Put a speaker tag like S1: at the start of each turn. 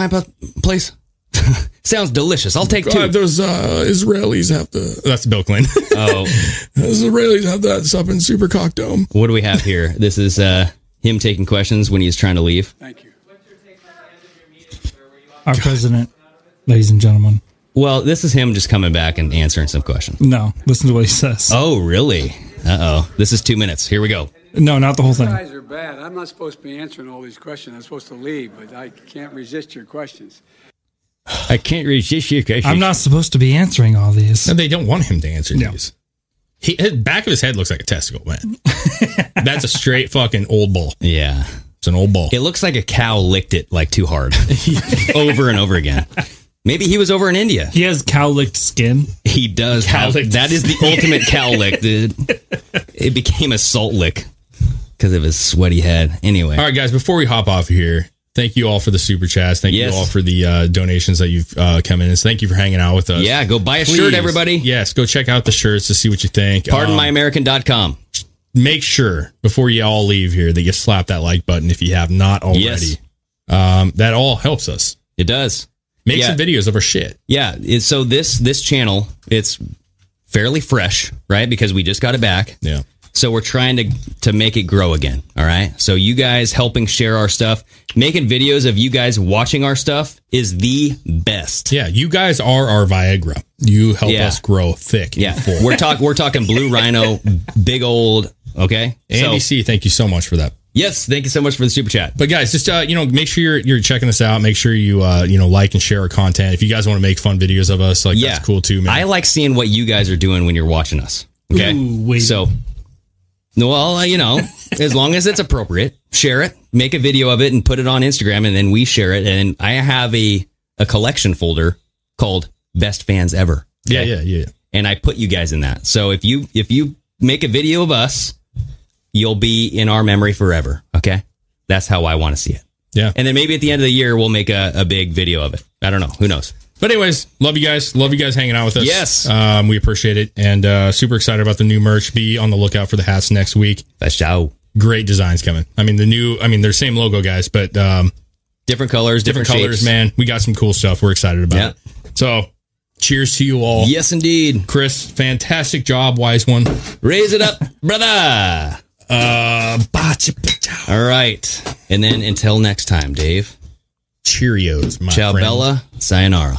S1: Hyper, please. Sounds delicious. I'll take
S2: Uh,
S1: two.
S2: those uh, Israelis have the that's Bill Clinton.
S1: Oh,
S2: those Israelis have that stuff in Super Cock Dome.
S1: what do we have here? This is uh, him taking questions when he's trying to leave.
S3: Thank you.
S4: Our president, ladies and gentlemen.
S1: Well, this is him just coming back and answering some questions.
S4: No, listen to what he says.
S1: Oh, really? Uh oh. This is two minutes. Here we go.
S4: No, not the whole
S3: You
S4: thing.
S3: guys are bad. I'm not supposed to be answering all these questions. I'm supposed to leave, but I can't resist your questions.
S1: I can't resist you.
S4: I'm not supposed to be answering all these.
S2: And they don't want him to answer these. He, his back of his head looks like a testicle, man. That's a straight fucking old ball.
S1: Yeah.
S2: It's an old ball.
S1: It looks like a cow licked it like too hard over and over again. Maybe he was over in India.
S4: He has cow licked skin.
S1: He does. Have,
S2: licked.
S1: that is the ultimate cow lick, dude. It became a salt lick because of his sweaty head. Anyway,
S2: All right, guys, before we hop off here, thank you all for the super chats. Thank
S1: Yes.
S2: you all for the uh, donations that you've uh, come in. And thank you for hanging out with us.
S1: yeah, go buy a
S2: Please,
S1: shirt, everybody.
S2: Yes, go check out the shirts to see what you think.
S1: Pardon
S2: Um,
S1: my PardonMyAmerican.com.
S2: Make sure before you all leave here that you slap that like button if you have not already.
S1: Yes.
S2: Um, that all helps us.
S1: It does.
S2: Make
S1: Yeah.
S2: some videos of our shit.
S1: Yeah. it- so this this channel, it's fairly fresh, right? Because we just got it back.
S2: Yeah.
S1: So we're trying to to make it grow again. All right. So you guys helping share our stuff, making videos of you guys watching our stuff is the best.
S2: Yeah. You guys are our Viagra. You help
S1: Yeah.
S2: us grow thick. and
S1: Yeah.
S2: full.
S1: We're talk we're talking blue rhino, big old. Okay. So,
S2: Andy C, thank you so much for that.
S1: yes. Thank you so much for the super chat.
S2: But guys, just uh, you know, make sure you're you're checking us out. Make sure you uh, you know like and share our content. If you guys want to make fun videos of us, like
S1: Yeah.
S2: that's cool too, man.
S1: I like seeing what you guys are doing when you're watching us. Okay.
S4: Ooh, wait.
S1: So, well, uh, you know, as long as it's appropriate, share it, make a video of it, and put it on Instagram, and then we share it. And I have a a collection folder called Best Fans Ever.
S2: yeah, yeah, yeah.
S1: and I put you guys in that. So if you if you make a video of us, you'll be in our memory forever. Okay, that's how I want to see it.
S2: Yeah.
S1: And then maybe at the end of the year we'll make a, a big video of it. I don't know. Who knows?
S2: But anyways, love you guys. Love you guys hanging out with us.
S1: Yes.
S2: Um, we appreciate it. And uh, super excited about the new merch. Be on the lookout for the hats next week.
S1: That's how
S2: Great designs coming. I mean the new I mean they're same logo guys, but um,
S1: different colors, different,
S2: different colors,
S1: shapes.
S2: man. We got some cool stuff. We're excited about
S1: Yeah.
S2: it. So cheers to you all.
S1: Yes, indeed.
S2: Chris, fantastic job, wise one.
S1: Raise it up, brother.
S2: Uh bacha, bacha.
S1: All right. And then until next time, Dave.
S2: Cheerios, my
S1: Ciao,
S2: friend.
S1: Bella. Sayonara.